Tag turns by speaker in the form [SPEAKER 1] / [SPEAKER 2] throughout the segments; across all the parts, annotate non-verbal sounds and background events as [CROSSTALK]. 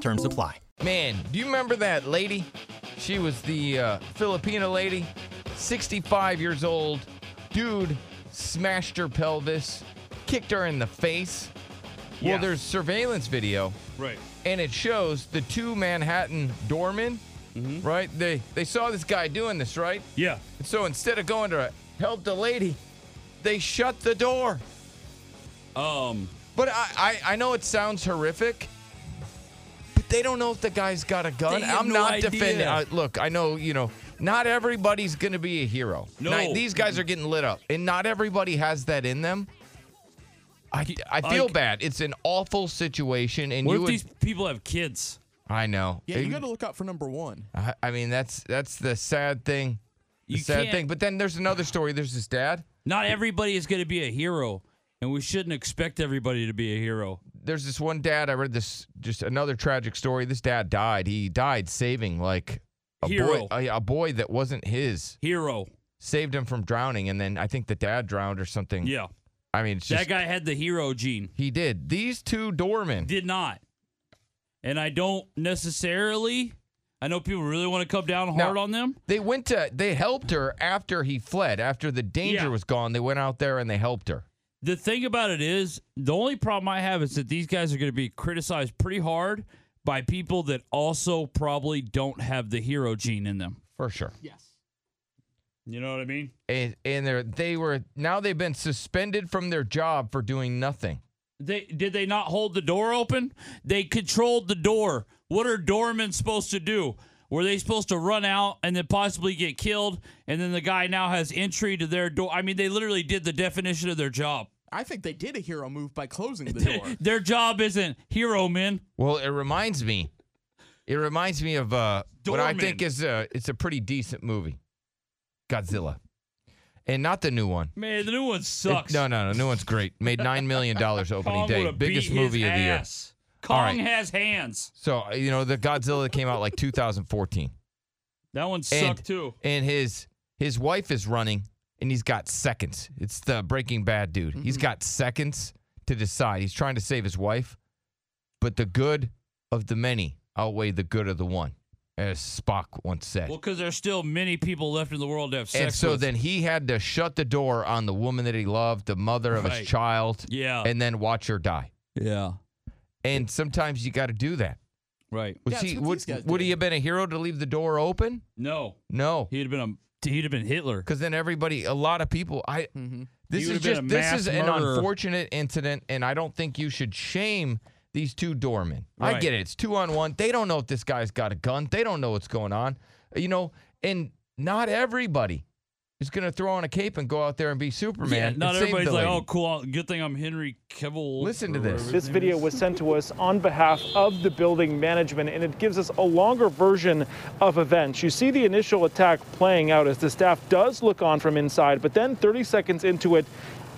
[SPEAKER 1] Terms apply.
[SPEAKER 2] Man, do you remember that lady? She was the uh, Filipino lady, 65 years old. Dude smashed her pelvis, kicked her in the face.
[SPEAKER 3] Yeah.
[SPEAKER 2] Well, there's surveillance video,
[SPEAKER 3] Right.
[SPEAKER 2] and it shows the two Manhattan doormen. Right? They they saw this guy doing this, right?
[SPEAKER 3] Yeah.
[SPEAKER 2] And so instead of going to help the lady, they shut the door.
[SPEAKER 3] Um.
[SPEAKER 2] But I, I, I know it sounds horrific, but they don't know if the guy's got a gun.
[SPEAKER 3] They have
[SPEAKER 2] I'm
[SPEAKER 3] no
[SPEAKER 2] not
[SPEAKER 3] idea.
[SPEAKER 2] defending. Uh, look, I know, you know, not everybody's going to be a hero.
[SPEAKER 3] No.
[SPEAKER 2] Not- these guys are getting lit up, and not everybody has that in them. I, I feel
[SPEAKER 3] Like-
[SPEAKER 2] bad. It's an awful situation, and
[SPEAKER 3] What
[SPEAKER 2] you
[SPEAKER 3] if
[SPEAKER 2] would.
[SPEAKER 3] these people have kids?
[SPEAKER 2] I know.
[SPEAKER 4] Yeah,
[SPEAKER 2] It-
[SPEAKER 4] you got to look out for number one.
[SPEAKER 2] I, I mean, that's that's the sad thing. The
[SPEAKER 3] You
[SPEAKER 2] sad
[SPEAKER 3] can't-
[SPEAKER 2] thing. But then there's another story. There's his dad.
[SPEAKER 3] Not everybody is going to be a hero, and we shouldn't expect everybody to be a hero.
[SPEAKER 2] there's this one dad I read this just another tragic story. This dad died. He died saving like a
[SPEAKER 3] Hero.
[SPEAKER 2] boy a, a boy that wasn't his.
[SPEAKER 3] Hero.
[SPEAKER 2] Saved him from drowning and then I think the dad drowned or something.
[SPEAKER 3] Yeah.
[SPEAKER 2] I mean it's
[SPEAKER 3] That
[SPEAKER 2] just
[SPEAKER 3] guy had the hero gene.
[SPEAKER 2] he did. These two doormen.
[SPEAKER 3] Did not. And I don't necessarily. I know people really want to come down hard on them.
[SPEAKER 2] They went to they helped her after he fled. After the danger
[SPEAKER 3] Yeah.
[SPEAKER 2] was gone, they went out there and they helped her.
[SPEAKER 3] The thing about it is, the only problem I have is that these guys are going to be criticized pretty hard by people that also probably don't have the hero gene in them.
[SPEAKER 2] For sure.
[SPEAKER 3] You know what I mean?
[SPEAKER 2] And and they they were now they've been suspended from their job for doing nothing.
[SPEAKER 3] They did they not hold the door open? They controlled the door. What are doormen supposed to do? Were they supposed to run out and then possibly get killed? And then the guy now has entry to their door. I mean, they literally did the definition of their job.
[SPEAKER 4] I think they did a hero move by closing the door.
[SPEAKER 3] Their job isn't hero men.
[SPEAKER 2] Well, it reminds me. It reminds me of uh, what I
[SPEAKER 3] Doorman.
[SPEAKER 2] think is a it's a pretty decent movie, Godzilla, and not the new one.
[SPEAKER 3] Man, the new one
[SPEAKER 2] It-
[SPEAKER 3] sucks.
[SPEAKER 2] no, no, no, new one's great.
[SPEAKER 3] [LAUGHS]
[SPEAKER 2] Made nine million dollars opening
[SPEAKER 3] Kong
[SPEAKER 2] day,
[SPEAKER 3] would've
[SPEAKER 2] biggest
[SPEAKER 3] beat his
[SPEAKER 2] movie of the year.
[SPEAKER 3] ass. Kong
[SPEAKER 2] right.
[SPEAKER 3] has hands.
[SPEAKER 2] So uh, you know the Godzilla that came out like 2014,
[SPEAKER 3] That one sucked
[SPEAKER 2] And-
[SPEAKER 3] too.
[SPEAKER 2] and his his wife is running, and he's got seconds. It's the Breaking Bad dude.
[SPEAKER 4] Mm-hmm.
[SPEAKER 2] He's got seconds to decide. He's trying to save his wife, but the good of the many outweigh the good of the one, as Spock once said.
[SPEAKER 3] Well, because there's still many people left in the world to have sex
[SPEAKER 2] And so
[SPEAKER 3] with.
[SPEAKER 2] then he had to shut the door on the woman that he loved, the mother of
[SPEAKER 3] Right.
[SPEAKER 2] his child,
[SPEAKER 3] yeah,
[SPEAKER 2] and then watch her die.
[SPEAKER 3] yeah,
[SPEAKER 2] And sometimes you got to do that.
[SPEAKER 3] right.
[SPEAKER 2] Was
[SPEAKER 4] Yeah,
[SPEAKER 2] he,
[SPEAKER 4] that's what
[SPEAKER 2] would,
[SPEAKER 4] these guys
[SPEAKER 2] would he
[SPEAKER 4] did.
[SPEAKER 2] have been a hero to leave the door open?
[SPEAKER 3] No,
[SPEAKER 2] No,
[SPEAKER 3] he'd have been a he'd have been Hitler.
[SPEAKER 2] because then everybody, a lot of people, I.
[SPEAKER 4] Mhm.
[SPEAKER 2] This
[SPEAKER 3] He
[SPEAKER 2] is
[SPEAKER 3] Mm-hmm. would've been
[SPEAKER 2] just
[SPEAKER 3] a
[SPEAKER 2] this
[SPEAKER 3] mass
[SPEAKER 2] is
[SPEAKER 3] murderer.
[SPEAKER 2] an unfortunate incident, and I don't think you should shame these two doormen. I
[SPEAKER 3] Right.
[SPEAKER 2] get it; it's two on one. They don't know if this guy's got a gun. They don't know what's going on. You know, and not everybody is going to throw on a cape and go out there and be Superman. and
[SPEAKER 3] not
[SPEAKER 2] save the
[SPEAKER 3] everybody's like,
[SPEAKER 2] lady.
[SPEAKER 3] oh, cool. Good thing I'm Henry Cavill.
[SPEAKER 2] Listen to
[SPEAKER 3] or
[SPEAKER 2] this.
[SPEAKER 3] whatever his
[SPEAKER 5] This
[SPEAKER 3] name
[SPEAKER 5] video
[SPEAKER 3] is.
[SPEAKER 5] was sent to us on behalf of the building management, and it gives us a longer version of events. You see the initial attack playing out as the staff does look on from inside, but then 30 seconds into it,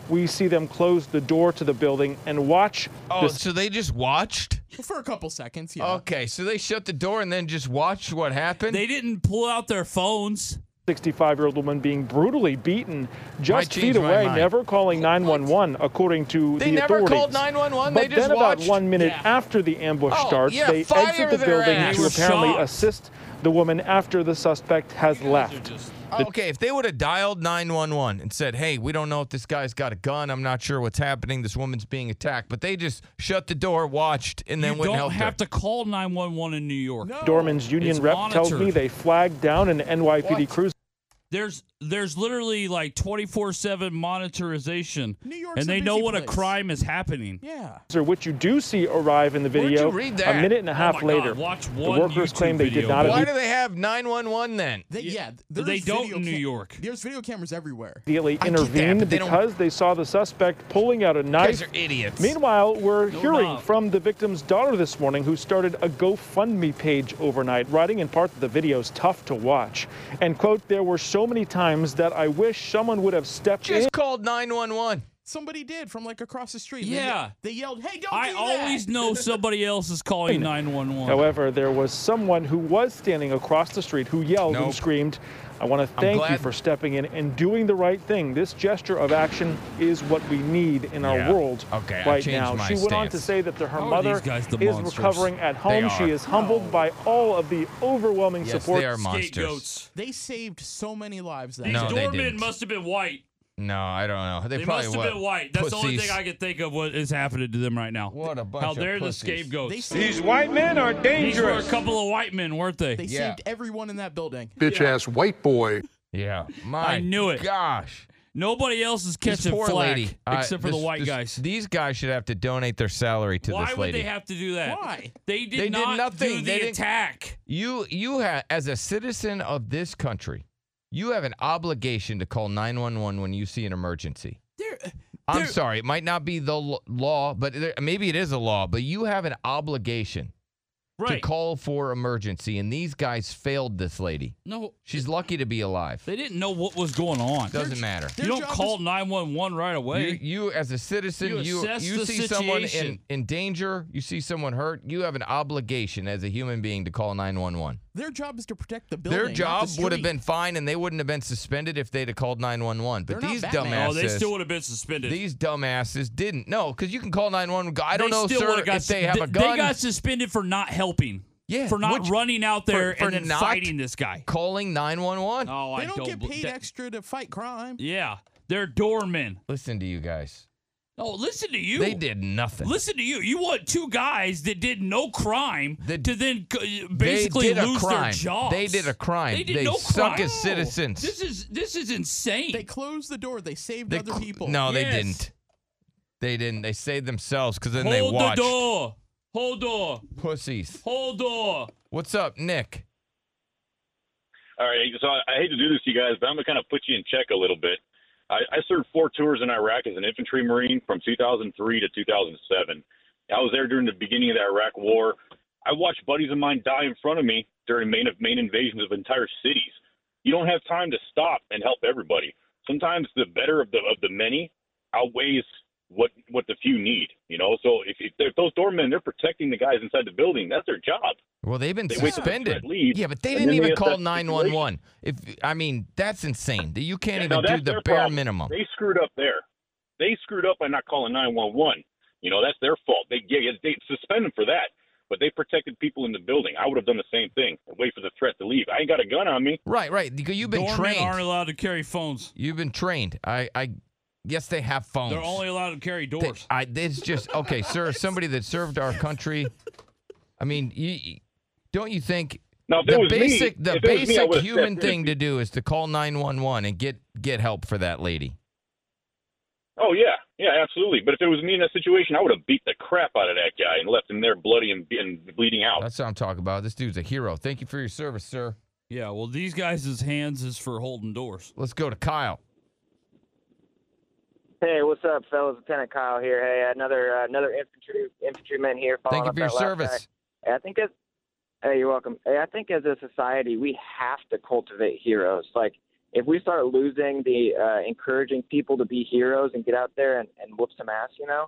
[SPEAKER 5] we see them close the door to the building and watch
[SPEAKER 2] Oh, so they just watched?
[SPEAKER 4] For a couple seconds, yeah.
[SPEAKER 2] Okay, so they shut the door and then just watched what happened?
[SPEAKER 3] They didn't pull out their phones.
[SPEAKER 5] 65 year old woman being brutally beaten just
[SPEAKER 2] change
[SPEAKER 5] feet
[SPEAKER 2] my
[SPEAKER 5] away,
[SPEAKER 2] mind.
[SPEAKER 5] never calling 911, according to
[SPEAKER 2] They
[SPEAKER 5] the
[SPEAKER 2] never
[SPEAKER 5] authorities.
[SPEAKER 2] called 911,
[SPEAKER 5] But
[SPEAKER 2] they just
[SPEAKER 5] then, about
[SPEAKER 2] watched.
[SPEAKER 5] one minute
[SPEAKER 3] Yeah.
[SPEAKER 5] after the ambush
[SPEAKER 2] Oh,
[SPEAKER 5] starts,
[SPEAKER 2] yeah,
[SPEAKER 5] they
[SPEAKER 2] fire
[SPEAKER 5] exit the
[SPEAKER 2] their
[SPEAKER 5] building
[SPEAKER 2] ass.
[SPEAKER 3] They
[SPEAKER 5] to
[SPEAKER 3] were
[SPEAKER 5] apparently
[SPEAKER 3] shocked.
[SPEAKER 5] assist the woman after the suspect has left.
[SPEAKER 2] Oh, okay, if they would have dialed 911 and said, hey, we don't know if this guy's got a gun. I'm not sure what's happening. This woman's being attacked. But they just shut the door, watched, and then
[SPEAKER 3] you
[SPEAKER 2] wouldn't
[SPEAKER 3] don't
[SPEAKER 2] help
[SPEAKER 3] have
[SPEAKER 2] her.
[SPEAKER 3] to call 911 in New York.
[SPEAKER 4] No.
[SPEAKER 5] Dorman's union
[SPEAKER 3] It's
[SPEAKER 5] rep tells me
[SPEAKER 3] monitored.
[SPEAKER 5] they flagged down an NYPD
[SPEAKER 2] Oh, What?
[SPEAKER 5] cruiser
[SPEAKER 3] There's there's literally like 24/7 monitorization,
[SPEAKER 4] New York's
[SPEAKER 3] and
[SPEAKER 4] a
[SPEAKER 3] they know
[SPEAKER 4] busy
[SPEAKER 3] what a
[SPEAKER 4] place.
[SPEAKER 3] crime is happening.
[SPEAKER 4] Yeah.
[SPEAKER 5] Or which you do see arrive in the
[SPEAKER 2] you
[SPEAKER 5] video
[SPEAKER 2] read
[SPEAKER 5] a
[SPEAKER 2] that?
[SPEAKER 5] minute and a
[SPEAKER 3] Oh
[SPEAKER 5] half
[SPEAKER 3] my God,
[SPEAKER 5] later.
[SPEAKER 3] watch
[SPEAKER 5] the
[SPEAKER 3] one
[SPEAKER 5] workers
[SPEAKER 3] YouTube
[SPEAKER 5] claim they did
[SPEAKER 3] video.
[SPEAKER 5] not
[SPEAKER 2] Why do they have 911 then?
[SPEAKER 4] They, yeah. there's
[SPEAKER 3] they don't
[SPEAKER 4] video
[SPEAKER 3] in New
[SPEAKER 4] cam-
[SPEAKER 3] York.
[SPEAKER 4] There's video cameras everywhere.
[SPEAKER 5] immediately
[SPEAKER 2] I get that,
[SPEAKER 5] intervened
[SPEAKER 2] but they don't-
[SPEAKER 5] because they saw the suspect pulling out a
[SPEAKER 2] You
[SPEAKER 5] knife.
[SPEAKER 2] guys are idiots.
[SPEAKER 5] Meanwhile, we're hearing
[SPEAKER 3] not.
[SPEAKER 5] from the victim's daughter this morning who started a GoFundMe page overnight, writing in part that the video's tough to watch. And, quote, there were so many times that I wish someone would have stepped in.
[SPEAKER 2] Just called 911.
[SPEAKER 4] Somebody did from like across the street. They-
[SPEAKER 3] Yeah.
[SPEAKER 4] They, yelled, "Hey, don't
[SPEAKER 3] I
[SPEAKER 4] do that!"
[SPEAKER 3] always know somebody else is calling 911.
[SPEAKER 2] Oh.
[SPEAKER 5] However, there was someone who was standing across the street who yelled
[SPEAKER 2] Nope.
[SPEAKER 5] and screamed, I want to thank you
[SPEAKER 2] glad-
[SPEAKER 5] for stepping in and doing the right thing. This gesture of action is what we need in our
[SPEAKER 2] Yeah.
[SPEAKER 5] world
[SPEAKER 2] Okay, I
[SPEAKER 5] right
[SPEAKER 2] changed
[SPEAKER 5] now.
[SPEAKER 2] my
[SPEAKER 5] She went on
[SPEAKER 2] stance. Oh,
[SPEAKER 5] to say that the, her
[SPEAKER 3] How are
[SPEAKER 5] mother
[SPEAKER 3] these guys the
[SPEAKER 5] is
[SPEAKER 3] monsters?
[SPEAKER 5] recovering at home. She
[SPEAKER 2] are.
[SPEAKER 5] is humbled by all of the overwhelming
[SPEAKER 2] Yes,
[SPEAKER 5] support.
[SPEAKER 2] they are monsters.
[SPEAKER 3] Scapegoats.
[SPEAKER 4] They saved so many lives that
[SPEAKER 3] These
[SPEAKER 2] No,
[SPEAKER 4] day.
[SPEAKER 2] they
[SPEAKER 3] doormen
[SPEAKER 2] didn't.
[SPEAKER 3] must have been white.
[SPEAKER 2] No, I don't know. They,
[SPEAKER 3] They
[SPEAKER 2] probably
[SPEAKER 3] must have
[SPEAKER 2] what?
[SPEAKER 3] been white. That's the only
[SPEAKER 2] pussies.
[SPEAKER 3] thing I can think of what is happening to them right now.
[SPEAKER 2] What a bunch
[SPEAKER 3] How
[SPEAKER 2] of
[SPEAKER 3] they're
[SPEAKER 2] pussies.
[SPEAKER 3] the scapegoats.
[SPEAKER 4] They saved,
[SPEAKER 3] These were a couple of white men, weren't they?
[SPEAKER 4] they
[SPEAKER 2] Yeah.
[SPEAKER 4] saved everyone in that building.
[SPEAKER 6] bitch ass white boy.
[SPEAKER 2] Yeah, my
[SPEAKER 3] knew it.
[SPEAKER 2] Gosh,
[SPEAKER 3] Nobody else is
[SPEAKER 2] This
[SPEAKER 3] catching
[SPEAKER 2] poor
[SPEAKER 3] flack
[SPEAKER 2] lady. I-
[SPEAKER 3] except for
[SPEAKER 2] this-
[SPEAKER 3] the white
[SPEAKER 2] this-
[SPEAKER 3] guys.
[SPEAKER 2] These guys should have to donate their salary to
[SPEAKER 3] Why
[SPEAKER 2] this
[SPEAKER 3] would
[SPEAKER 2] lady.
[SPEAKER 3] they have to do that?
[SPEAKER 4] Why?
[SPEAKER 3] They did
[SPEAKER 2] They did
[SPEAKER 3] not
[SPEAKER 2] nothing.
[SPEAKER 3] do the
[SPEAKER 2] They didn't-
[SPEAKER 3] attack.
[SPEAKER 2] you, you have, as a citizen of this country, you have an obligation to call 911 when you see an emergency. I'm sorry, it might not be the l- law, but there, maybe it is a law. But you have an obligation to
[SPEAKER 3] Right.
[SPEAKER 2] call for emergency, and these guys failed this lady.
[SPEAKER 3] no,
[SPEAKER 2] She's lucky to be alive.
[SPEAKER 3] they didn't know what was going on.
[SPEAKER 2] Doesn't matter.
[SPEAKER 3] You
[SPEAKER 4] Their
[SPEAKER 3] don't
[SPEAKER 4] job is-
[SPEAKER 3] call 911 right away.
[SPEAKER 2] You, you as a citizen,
[SPEAKER 3] You
[SPEAKER 2] you you,
[SPEAKER 3] assess the
[SPEAKER 2] see someone in,
[SPEAKER 3] situation.
[SPEAKER 2] in danger, you see someone hurt, you have an obligation as a human being to call 911.
[SPEAKER 4] Their job is to protect the building.
[SPEAKER 2] Their
[SPEAKER 4] not the
[SPEAKER 2] job would have
[SPEAKER 4] street.
[SPEAKER 2] been fine and they wouldn't have been suspended if they'd have called 911. But
[SPEAKER 4] They're not
[SPEAKER 2] these
[SPEAKER 4] Batman.
[SPEAKER 2] dumbasses
[SPEAKER 3] oh, they still would have been suspended.
[SPEAKER 2] these dumbasses didn't. No, cuz you can call 911. go, I don't
[SPEAKER 3] They
[SPEAKER 2] know
[SPEAKER 3] still
[SPEAKER 2] sir
[SPEAKER 3] would've got
[SPEAKER 2] if they have a
[SPEAKER 3] th-
[SPEAKER 2] gun.
[SPEAKER 3] They got suspended for not helping.
[SPEAKER 2] Yeah,
[SPEAKER 3] For not
[SPEAKER 2] which-
[SPEAKER 3] running out there
[SPEAKER 2] for- for
[SPEAKER 3] and then
[SPEAKER 2] not-
[SPEAKER 3] fighting
[SPEAKER 2] [LAUGHS]
[SPEAKER 3] this guy.
[SPEAKER 2] calling 911.
[SPEAKER 3] Oh,
[SPEAKER 4] They
[SPEAKER 3] I
[SPEAKER 4] don't,
[SPEAKER 3] don't
[SPEAKER 4] get
[SPEAKER 3] bel-
[SPEAKER 4] paid
[SPEAKER 3] that-
[SPEAKER 4] extra to fight crime.
[SPEAKER 3] Yeah, they're doormen.
[SPEAKER 2] Listen to you guys.
[SPEAKER 3] Oh, listen to you.
[SPEAKER 2] They did nothing.
[SPEAKER 3] Listen to you. You want two guys that did no crime
[SPEAKER 2] They-
[SPEAKER 3] to then c-
[SPEAKER 2] They
[SPEAKER 3] uh, basically
[SPEAKER 2] did a
[SPEAKER 3] lose their
[SPEAKER 2] crime.
[SPEAKER 3] jobs.
[SPEAKER 2] They did a crime.
[SPEAKER 3] They did
[SPEAKER 2] They
[SPEAKER 3] no
[SPEAKER 2] suck
[SPEAKER 3] crime.
[SPEAKER 2] as citizens.
[SPEAKER 3] This is this is insane.
[SPEAKER 4] They closed the door. They saved
[SPEAKER 2] They
[SPEAKER 4] other
[SPEAKER 2] cl-
[SPEAKER 4] people.
[SPEAKER 2] No,
[SPEAKER 3] Yes.
[SPEAKER 2] they didn't. They didn't. They saved themselves because then
[SPEAKER 3] Hold
[SPEAKER 2] they watched
[SPEAKER 3] the door. Hold door.
[SPEAKER 2] pussies.
[SPEAKER 3] Hold door.
[SPEAKER 2] What's up, Nick?
[SPEAKER 7] All right, so I, I hate to do this to you guys, but I'm gonna kind of put you in check a little bit. I, I served four tours in Iraq as an infantry marine from 2003 to 2007. I was there during the beginning of the Iraq War. I watched buddies of mine die in front of me during main main invasions of entire cities. You don't have time to stop and help everybody. Sometimes the better of the of the many outweighs what what the few need. You know, so if, if they're- those doormen they're protecting the guys inside the building, that's their job.
[SPEAKER 2] Well, they've been
[SPEAKER 7] They wait till the
[SPEAKER 2] suspended.
[SPEAKER 7] threat leaves,
[SPEAKER 2] yeah, but they
[SPEAKER 7] and
[SPEAKER 2] didn't
[SPEAKER 7] then they
[SPEAKER 2] even call
[SPEAKER 7] assess the
[SPEAKER 2] 911.
[SPEAKER 7] situation.
[SPEAKER 2] If I mean, that's insane. that You can't
[SPEAKER 7] Yeah, no,
[SPEAKER 2] even
[SPEAKER 7] that's
[SPEAKER 2] do the
[SPEAKER 7] their
[SPEAKER 2] bare
[SPEAKER 7] problem.
[SPEAKER 2] minimum.
[SPEAKER 7] They screwed up there. They screwed up by not calling 911. You know, that's their fault. They yeah, they suspend them for that, but they protected people in the building. I would have done the same thing. Wait for the threat to leave. I ain't got a gun on me.
[SPEAKER 2] Right, right. because You've been
[SPEAKER 3] Doormen
[SPEAKER 2] trained.
[SPEAKER 3] aren't allowed to carry phones.
[SPEAKER 2] You've been trained. I, I guess they have phones.
[SPEAKER 3] They're only allowed to carry
[SPEAKER 2] They-
[SPEAKER 3] doors.
[SPEAKER 2] I, it's just okay,
[SPEAKER 3] [LAUGHS]
[SPEAKER 2] sir. Somebody that served our country. I mean, you, don't you think
[SPEAKER 7] Now, if it
[SPEAKER 2] the
[SPEAKER 7] was me-
[SPEAKER 2] basic the
[SPEAKER 7] if it was me, I
[SPEAKER 2] basic
[SPEAKER 7] would've
[SPEAKER 2] human
[SPEAKER 7] stepped in.
[SPEAKER 2] thing to do is to call 911 and get get help for that lady?
[SPEAKER 7] Oh yeah, yeah, absolutely. But if it was me in that situation, I would have beat the crap out of that guy and left him there bloody and, and bleeding out.
[SPEAKER 2] That's what I'm talking about. This dude's a hero. Thank you for your service, sir.
[SPEAKER 3] yeah, well, these guys' hands is for holding doors.
[SPEAKER 2] Let's go to Kyle.
[SPEAKER 8] Hey, what's up, fellas? Lieutenant Kyle here. Hey, another uh, another infantry infantryman here. following
[SPEAKER 2] Thank you
[SPEAKER 8] up
[SPEAKER 2] for your
[SPEAKER 8] that last guy.
[SPEAKER 2] service.
[SPEAKER 8] Hey, I think as hey, you're welcome. Hey, I think as a society, we have to cultivate heroes. Like if we start losing the uh, encouraging people to be heroes and get out there and, and whoop some ass, you know,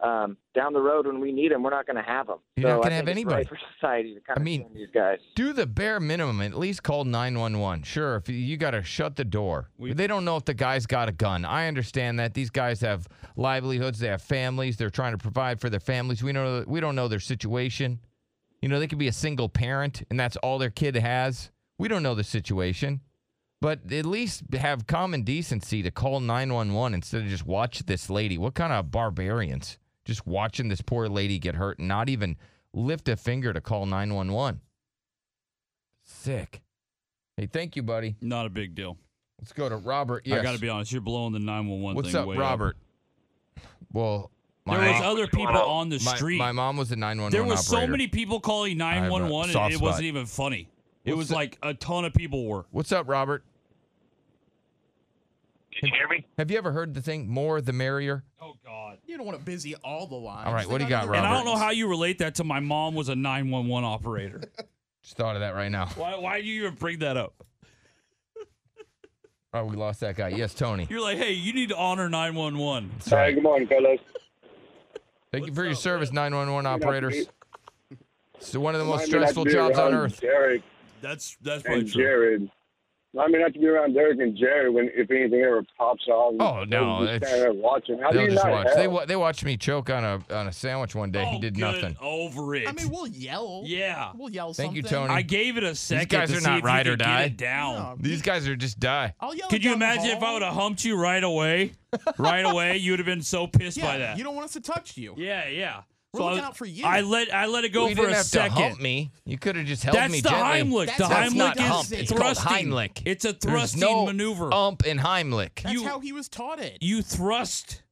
[SPEAKER 8] um, down the road when we need them, we're not going to have them.
[SPEAKER 2] You're
[SPEAKER 8] so
[SPEAKER 2] not
[SPEAKER 8] I
[SPEAKER 2] gonna
[SPEAKER 8] think
[SPEAKER 2] have
[SPEAKER 8] it's right
[SPEAKER 2] anybody.
[SPEAKER 8] for society to kind
[SPEAKER 2] I
[SPEAKER 8] of
[SPEAKER 2] mean-
[SPEAKER 8] train these guys.
[SPEAKER 2] Do the bare minimum. At least call 911. Sure, if you- you got to shut the door. they don't know if the guy's got a gun. I understand that. These guys have livelihoods. They have families. They're trying to provide for their families. We know we don't know their situation. You know, they could be a single parent and that's all their kid has. We don't know the situation. But at least have common decency to call 911 instead of just watch this lady. What kind of barbarians just watching this poor lady get hurt and not even lift a finger to call 911? Sick. Hey, thank you, buddy.
[SPEAKER 3] Not a big deal.
[SPEAKER 2] Let's go to Robert. Yes.
[SPEAKER 3] I got to be honest, you're blowing the 911
[SPEAKER 2] What's
[SPEAKER 3] thing
[SPEAKER 2] up,
[SPEAKER 3] way
[SPEAKER 2] Robert? Well, my
[SPEAKER 3] There was
[SPEAKER 2] mom-
[SPEAKER 3] other people on the
[SPEAKER 2] my-
[SPEAKER 3] street.
[SPEAKER 2] My, mom was a 911
[SPEAKER 3] there was so
[SPEAKER 2] operator.
[SPEAKER 3] many people calling
[SPEAKER 2] have a
[SPEAKER 3] 911
[SPEAKER 2] soft
[SPEAKER 3] and it
[SPEAKER 2] spot.
[SPEAKER 3] wasn't even funny. It
[SPEAKER 2] What's
[SPEAKER 3] was
[SPEAKER 2] the-
[SPEAKER 3] like a ton of people were.
[SPEAKER 2] What's up, Robert?
[SPEAKER 7] Did you hear me?
[SPEAKER 2] Have you ever heard the thing more the merrier?
[SPEAKER 3] Oh God.
[SPEAKER 4] You don't want to busy all the lines.
[SPEAKER 2] All right,
[SPEAKER 4] They
[SPEAKER 2] what do you got,
[SPEAKER 4] other
[SPEAKER 2] Robert?
[SPEAKER 3] And I don't know
[SPEAKER 4] things.
[SPEAKER 3] how you relate that to my mom was a 911 [LAUGHS] operator.
[SPEAKER 2] Just thought of that right now.
[SPEAKER 3] why why do you even bring that up?
[SPEAKER 2] Oh, we lost that guy. Yes, Tony.
[SPEAKER 3] You're like, "Hey, you need to honor 911."
[SPEAKER 2] That's right.
[SPEAKER 7] good morning, fellas.
[SPEAKER 2] Thank you for your service, 911
[SPEAKER 7] Might not
[SPEAKER 2] operators.
[SPEAKER 7] be-
[SPEAKER 2] It's one of the most stressful jobs on earth.
[SPEAKER 7] Derek
[SPEAKER 3] That's that's probably
[SPEAKER 7] and
[SPEAKER 3] true.
[SPEAKER 7] Jared. I mean, not to be around Derek and Jared when if anything ever pops off.
[SPEAKER 2] Oh, no,
[SPEAKER 7] they'll be
[SPEAKER 2] it's-
[SPEAKER 7] standing there watching. How do
[SPEAKER 2] They'll
[SPEAKER 7] you
[SPEAKER 2] just
[SPEAKER 7] not
[SPEAKER 2] watch.
[SPEAKER 7] help?
[SPEAKER 2] They wa- they watched me choke on a on a sandwich one day.
[SPEAKER 3] Oh,
[SPEAKER 2] he did
[SPEAKER 3] good.
[SPEAKER 2] nothing.
[SPEAKER 3] Over it.
[SPEAKER 4] I mean, we'll yell.
[SPEAKER 3] Yeah.
[SPEAKER 4] We'll yell
[SPEAKER 2] Thank you,
[SPEAKER 4] something.
[SPEAKER 2] Tony.
[SPEAKER 3] I gave it a second.
[SPEAKER 2] guys
[SPEAKER 3] to
[SPEAKER 2] are
[SPEAKER 3] see
[SPEAKER 2] not
[SPEAKER 3] if you
[SPEAKER 2] ride or
[SPEAKER 3] could
[SPEAKER 2] die.
[SPEAKER 3] Get it down.
[SPEAKER 4] No.
[SPEAKER 2] These guys are just die.
[SPEAKER 4] I'll yell.
[SPEAKER 3] Could you
[SPEAKER 4] down the
[SPEAKER 3] imagine if I
[SPEAKER 4] hall.
[SPEAKER 3] would have humped you right away?
[SPEAKER 2] [LAUGHS]
[SPEAKER 3] Right away, you would have been so pissed
[SPEAKER 4] Yeah,
[SPEAKER 3] by that.
[SPEAKER 4] you don't want us to touch you.
[SPEAKER 3] yeah, yeah.
[SPEAKER 4] We're
[SPEAKER 3] I
[SPEAKER 4] looking
[SPEAKER 3] was-
[SPEAKER 4] out for you.
[SPEAKER 3] I let I let it go
[SPEAKER 2] Well, you
[SPEAKER 3] for
[SPEAKER 2] didn't
[SPEAKER 3] a
[SPEAKER 2] have
[SPEAKER 3] second.
[SPEAKER 2] to hump me. You could have just held
[SPEAKER 3] That's
[SPEAKER 2] me
[SPEAKER 3] the
[SPEAKER 2] gently.
[SPEAKER 3] Heimlich.
[SPEAKER 4] That's
[SPEAKER 3] the
[SPEAKER 4] how
[SPEAKER 3] Heimlich
[SPEAKER 4] he
[SPEAKER 2] not
[SPEAKER 4] does
[SPEAKER 3] is
[SPEAKER 2] hump.
[SPEAKER 4] it.
[SPEAKER 2] It's called
[SPEAKER 3] thrusting.
[SPEAKER 2] Heimlich.
[SPEAKER 3] It's a
[SPEAKER 2] There's
[SPEAKER 3] thrusting
[SPEAKER 2] no
[SPEAKER 3] maneuver.
[SPEAKER 2] Ump and Heimlich.
[SPEAKER 4] That's
[SPEAKER 3] you-
[SPEAKER 4] how he was taught it.
[SPEAKER 3] you thrust.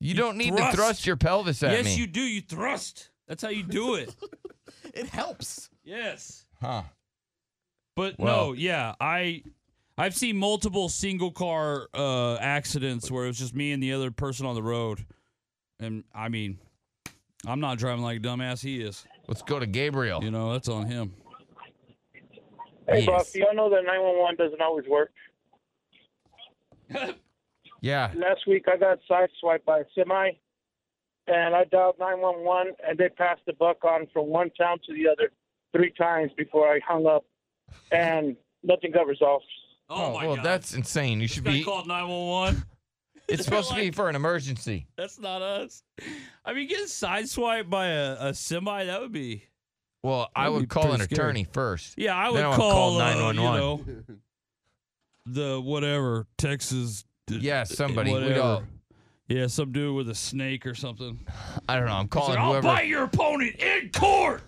[SPEAKER 2] You don't need
[SPEAKER 3] thrust.
[SPEAKER 2] to thrust your pelvis at
[SPEAKER 3] yes,
[SPEAKER 2] me.
[SPEAKER 3] you do. You thrust. That's how you
[SPEAKER 2] [LAUGHS]
[SPEAKER 3] do it.
[SPEAKER 4] It helps.
[SPEAKER 3] yes.
[SPEAKER 2] Huh.
[SPEAKER 3] But no,
[SPEAKER 2] Well-
[SPEAKER 3] yeah, I I've seen multiple single car uh accidents where it was just me and the other person on the road. And I mean, I'm not driving like a dumbass he is.
[SPEAKER 2] Let's go to Gabriel.
[SPEAKER 3] You know, that's on him.
[SPEAKER 7] Hey,
[SPEAKER 2] Yes.
[SPEAKER 7] boss, do y'all know that 911 doesn't always work?
[SPEAKER 2] Yeah.
[SPEAKER 7] Last week, I got sideswiped by a semi, and I dialed 911, and they passed the buck on from one town to the other three times before I hung up, and nothing got resolved.
[SPEAKER 3] Oh, my
[SPEAKER 2] well,
[SPEAKER 3] god.
[SPEAKER 2] that's insane. You should
[SPEAKER 3] This guy
[SPEAKER 2] be.
[SPEAKER 3] called 911.
[SPEAKER 2] It's supposed to be for an emergency.
[SPEAKER 3] [LAUGHS] That's not us. I mean, getting sideswiped by a, a semi, that would be.
[SPEAKER 2] Well, I
[SPEAKER 3] That'd be
[SPEAKER 2] would call an
[SPEAKER 3] pretty scary.
[SPEAKER 2] attorney first.
[SPEAKER 3] Yeah, I would
[SPEAKER 2] Then I would
[SPEAKER 3] call,
[SPEAKER 2] call
[SPEAKER 3] uh, you
[SPEAKER 2] 911.
[SPEAKER 3] know, [LAUGHS] the whatever, Texas. d-
[SPEAKER 2] Yeah, somebody. We'd
[SPEAKER 3] whatever.
[SPEAKER 2] all-
[SPEAKER 3] Yeah, some dude with a snake or something.
[SPEAKER 2] I don't know. I'm
[SPEAKER 3] He's
[SPEAKER 2] calling
[SPEAKER 3] like, I'll
[SPEAKER 2] whoever.
[SPEAKER 3] bite your opponent in court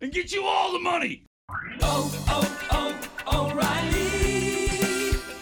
[SPEAKER 3] and get you all the money.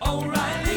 [SPEAKER 9] oh, O'Reilly.